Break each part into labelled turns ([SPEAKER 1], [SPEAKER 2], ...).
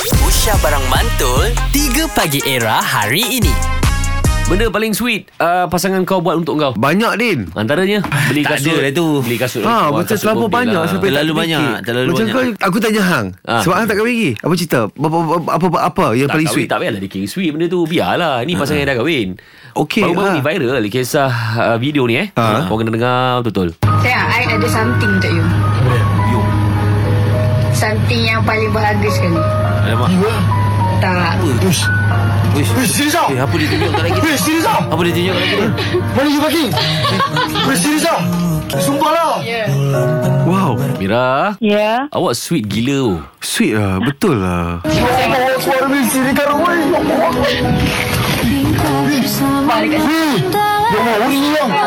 [SPEAKER 1] Aisyah Barang Mantul 3 Pagi Era hari ini
[SPEAKER 2] Benda paling sweet uh, pasangan kau buat untuk kau.
[SPEAKER 3] Banyak Din
[SPEAKER 2] Antaranya beli
[SPEAKER 4] Tak
[SPEAKER 2] kasut.
[SPEAKER 4] ada lah tu.
[SPEAKER 2] Beli kasut.
[SPEAKER 3] Ha,
[SPEAKER 2] Wah,
[SPEAKER 3] macam
[SPEAKER 2] kasut lah.
[SPEAKER 3] terlalu
[SPEAKER 2] bombil
[SPEAKER 3] banyak sampai tak
[SPEAKER 4] Terlalu
[SPEAKER 3] terfikir.
[SPEAKER 4] banyak, terlalu
[SPEAKER 3] macam
[SPEAKER 4] banyak.
[SPEAKER 3] Kau, aku tanya hang.
[SPEAKER 2] Ah.
[SPEAKER 3] Sebab hang tak kahwin lagi. Apa cerita? Apa apa apa, apa, apa yang
[SPEAKER 2] Tak
[SPEAKER 3] paling
[SPEAKER 2] kahwin,
[SPEAKER 3] sweet? Ha.
[SPEAKER 2] Tak payahlah dikira sweet benda tu Biarlah Ni pasangan yang dah kahwin
[SPEAKER 3] Okey,
[SPEAKER 2] Baru-baru
[SPEAKER 3] ha.
[SPEAKER 2] ni viral Kisah uh, video ni eh
[SPEAKER 3] Ha.
[SPEAKER 2] Korang kena dengar betul-betul
[SPEAKER 5] Sayang, I ada something untuk you. Something yang paling berharga sekali.
[SPEAKER 4] Alamak.
[SPEAKER 5] Tak.
[SPEAKER 4] Uish. Uish, sini
[SPEAKER 2] 예.
[SPEAKER 4] Eh, apa dia tunjuk kat kita? Uish, sini Apa dia tunjuk kat kita?
[SPEAKER 5] Yeah.
[SPEAKER 3] Wow.
[SPEAKER 2] Mira
[SPEAKER 6] Ya.
[SPEAKER 2] Awak sweet gila tu
[SPEAKER 3] Sweet lah. Betul lah.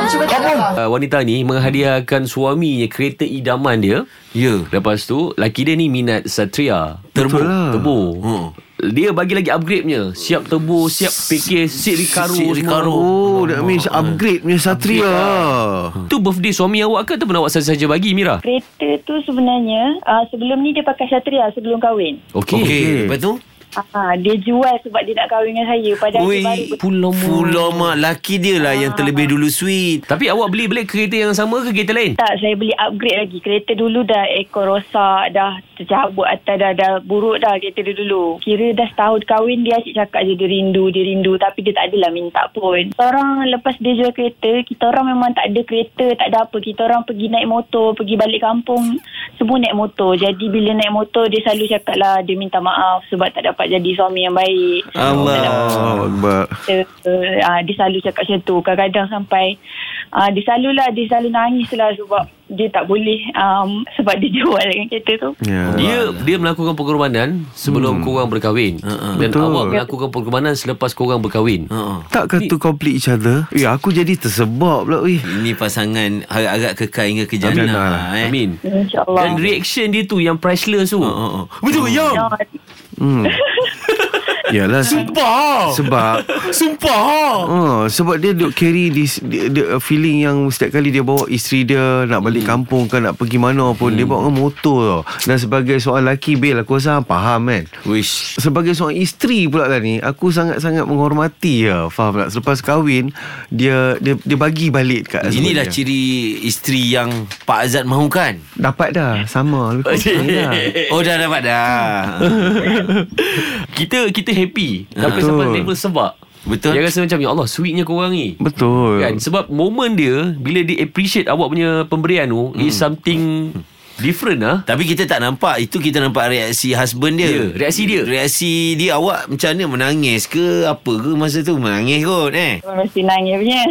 [SPEAKER 5] Cuba tengok.
[SPEAKER 2] uh, Wanita ni menghadiahkan suaminya Kereta idaman dia
[SPEAKER 4] Ya.
[SPEAKER 2] Lepas tu Laki dia ni minat Satria
[SPEAKER 3] Betul lah.
[SPEAKER 2] Terbur
[SPEAKER 4] Hmm.
[SPEAKER 2] Dia bagi lagi upgrade-nya Siap terbur Siap fikir Sik Ricaro
[SPEAKER 4] Sik Ricaro.
[SPEAKER 3] Oh, that means upgrade punya satria.
[SPEAKER 2] Tu birthday suami awak ke Ataupun awak saja-saja bagi Mira?
[SPEAKER 6] Kereta tu sebenarnya uh, sebelum ni dia pakai Satria sebelum kahwin.
[SPEAKER 4] Okey. Okay. Lepas tu?
[SPEAKER 6] Uh, dia jual sebab dia nak kahwin dengan saya padahal dia baru
[SPEAKER 4] Ui, pulau mak. Pulau mak. Laki dia lah yang terlebih dulu sweet.
[SPEAKER 2] Tapi awak beli beli kereta yang sama ke kereta lain?
[SPEAKER 6] tak saya beli upgrade lagi. Kereta dulu dah ekor rosak, dah tercabut atas dah dah buruk dah kereta dia dulu. Kira dah setahun kahwin dia asyik cakap je dia rindu, dia rindu tapi dia tak adalah minta pun. Kita orang lepas dia jual kereta, kita orang memang tak ada kereta, tak ada apa. Kita orang pergi naik motor, pergi balik kampung semua naik motor. Jadi bila naik motor dia selalu cakap lah dia minta maaf sebab tak dapat jadi suami yang baik.
[SPEAKER 4] Allah.
[SPEAKER 6] Tak dapat
[SPEAKER 3] Oh, Akbar.
[SPEAKER 6] kita uh, dia selalu cakap macam tu kadang-kadang sampai uh, dia selalulah dia selalu nangis lah sebab dia tak boleh um, sebab dia jual dengan kereta tu
[SPEAKER 3] Ya.
[SPEAKER 2] Dia dia melakukan pengorbanan sebelum hmm. korang berkahwin
[SPEAKER 4] Ha, ha.
[SPEAKER 2] dan
[SPEAKER 3] Betul.
[SPEAKER 2] awak melakukan pengorbanan selepas korang berkahwin.
[SPEAKER 4] Ha.
[SPEAKER 3] Takkan tu complete each other? Ya, aku jadi tersebab pula. Weh.
[SPEAKER 4] Ini pasangan agak-agak kekal hingga ke jannah.
[SPEAKER 3] Amin lah.
[SPEAKER 4] eh.
[SPEAKER 2] Amin.
[SPEAKER 6] insyaAllah
[SPEAKER 2] Dan reaction dia tu yang priceless tu.
[SPEAKER 4] Ha, ha, ha. Betul, Yam.
[SPEAKER 6] Ya,
[SPEAKER 3] Hmm. Yalah.
[SPEAKER 4] Sumpah.
[SPEAKER 3] Sebab
[SPEAKER 4] Sumpah.
[SPEAKER 3] Oh, sebab dia duk carry this dia, dia, feeling yang setiap kali dia bawa isteri dia nak balik
[SPEAKER 4] Hmm.
[SPEAKER 3] kampung ke nak pergi mana pun dia bawa dengan motor tau. Dan sebagai seorang lelaki Bil aku rasa hang faham kan.
[SPEAKER 4] Wish.
[SPEAKER 3] Sebagai seorang isteri pula lah ni Aku sangat-sangat menghormati ya. Faham tak Selepas kahwin Dia dia, dia bagi balik kat suami
[SPEAKER 4] Inilah
[SPEAKER 3] dia.
[SPEAKER 4] ciri isteri yang Pak Azad mahukan.
[SPEAKER 3] Dapat dah Sama Lebih kurang dah.
[SPEAKER 4] Oh dah dapat dah.
[SPEAKER 2] Kita kita happy tapi
[SPEAKER 3] Betul.
[SPEAKER 2] sampai level sebab.
[SPEAKER 4] Betul.
[SPEAKER 2] Dia rasa macam ya Allah sweetnya korang ni.
[SPEAKER 3] Betul
[SPEAKER 2] Kan sebab moment dia bila dia appreciate awak punya pemberian tu is something different ah.
[SPEAKER 4] Tapi kita tak nampak Itu kita nampak reaksi husband dia
[SPEAKER 2] Ya, reaksi dia.
[SPEAKER 4] Reaksi dia awak macam mana Menangis ke Apa ke masa tu Menangis kot eh
[SPEAKER 6] mesti nangis punya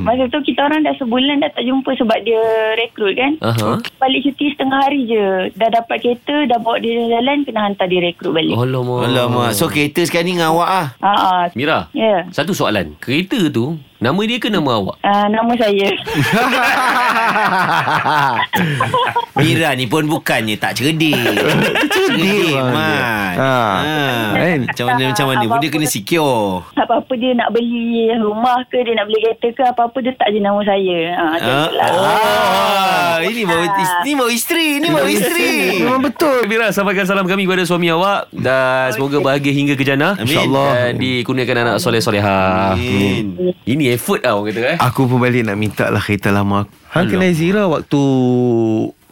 [SPEAKER 6] masa tu kita orang dah sebulan dah tak jumpa sebab dia rekrut kan
[SPEAKER 2] Aha.
[SPEAKER 6] balik cuti setengah hari je dah dapat kereta dah bawa dia jalan kena hantar dia rekrut balik oh.
[SPEAKER 2] Alamak.
[SPEAKER 4] Alamak So kereta sekarang ni dengan awak ah
[SPEAKER 6] ha,
[SPEAKER 2] Mira.
[SPEAKER 6] Ya.
[SPEAKER 2] Satu soalan. Kereta tu nama dia ke nama awak?
[SPEAKER 6] Uh, nama saya
[SPEAKER 4] Mira ni pun bukannya tak cerdik Cerdik
[SPEAKER 3] bang
[SPEAKER 4] Mat
[SPEAKER 3] dia. Ha. Kan?
[SPEAKER 4] Macam mana Macam mana pun dia kena secure
[SPEAKER 6] Apa-apa dia nak beli rumah ke Dia nak beli kereta ke Apa-apa dia tak je nama saya ha, macam
[SPEAKER 4] Ah.
[SPEAKER 6] tu lah.
[SPEAKER 4] Oh, ini baru ini baru isteri, ini baru isteri.
[SPEAKER 3] Memang betul
[SPEAKER 2] Oh, Mira, sampaikan salam kami kepada suami awak dan semoga bahagia hingga ke jannah.
[SPEAKER 4] Amin.
[SPEAKER 2] Dan dikurniakan anak soleh-solehah.
[SPEAKER 4] Amin.
[SPEAKER 2] Ini effort lah orang kata eh.
[SPEAKER 3] Aku pun balik nak minta lah kereta lama aku. Hang kenal Zira waktu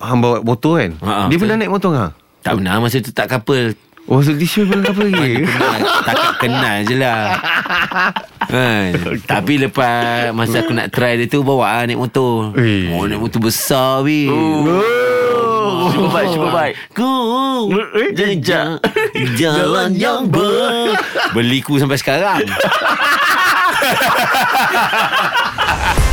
[SPEAKER 3] Hang bawa motor kan
[SPEAKER 4] Ha, ha,
[SPEAKER 3] Dia
[SPEAKER 4] betul.
[SPEAKER 3] pernah naik motor dengan hang
[SPEAKER 4] Tak pernah masa tu tak couple.
[SPEAKER 3] Oh so this year belum apa lagi
[SPEAKER 4] Kenal, takkan kenal je lah Kan Tapi lepas Masa aku nak try dia tu Bawa lah naik motor
[SPEAKER 3] Eh.
[SPEAKER 4] Oh naik motor besar weh
[SPEAKER 2] Cuba baik, cuba baik.
[SPEAKER 4] Ku Eh, Jejak Oh. Jalan yang ber Beliku sampai sekarang
[SPEAKER 7] 3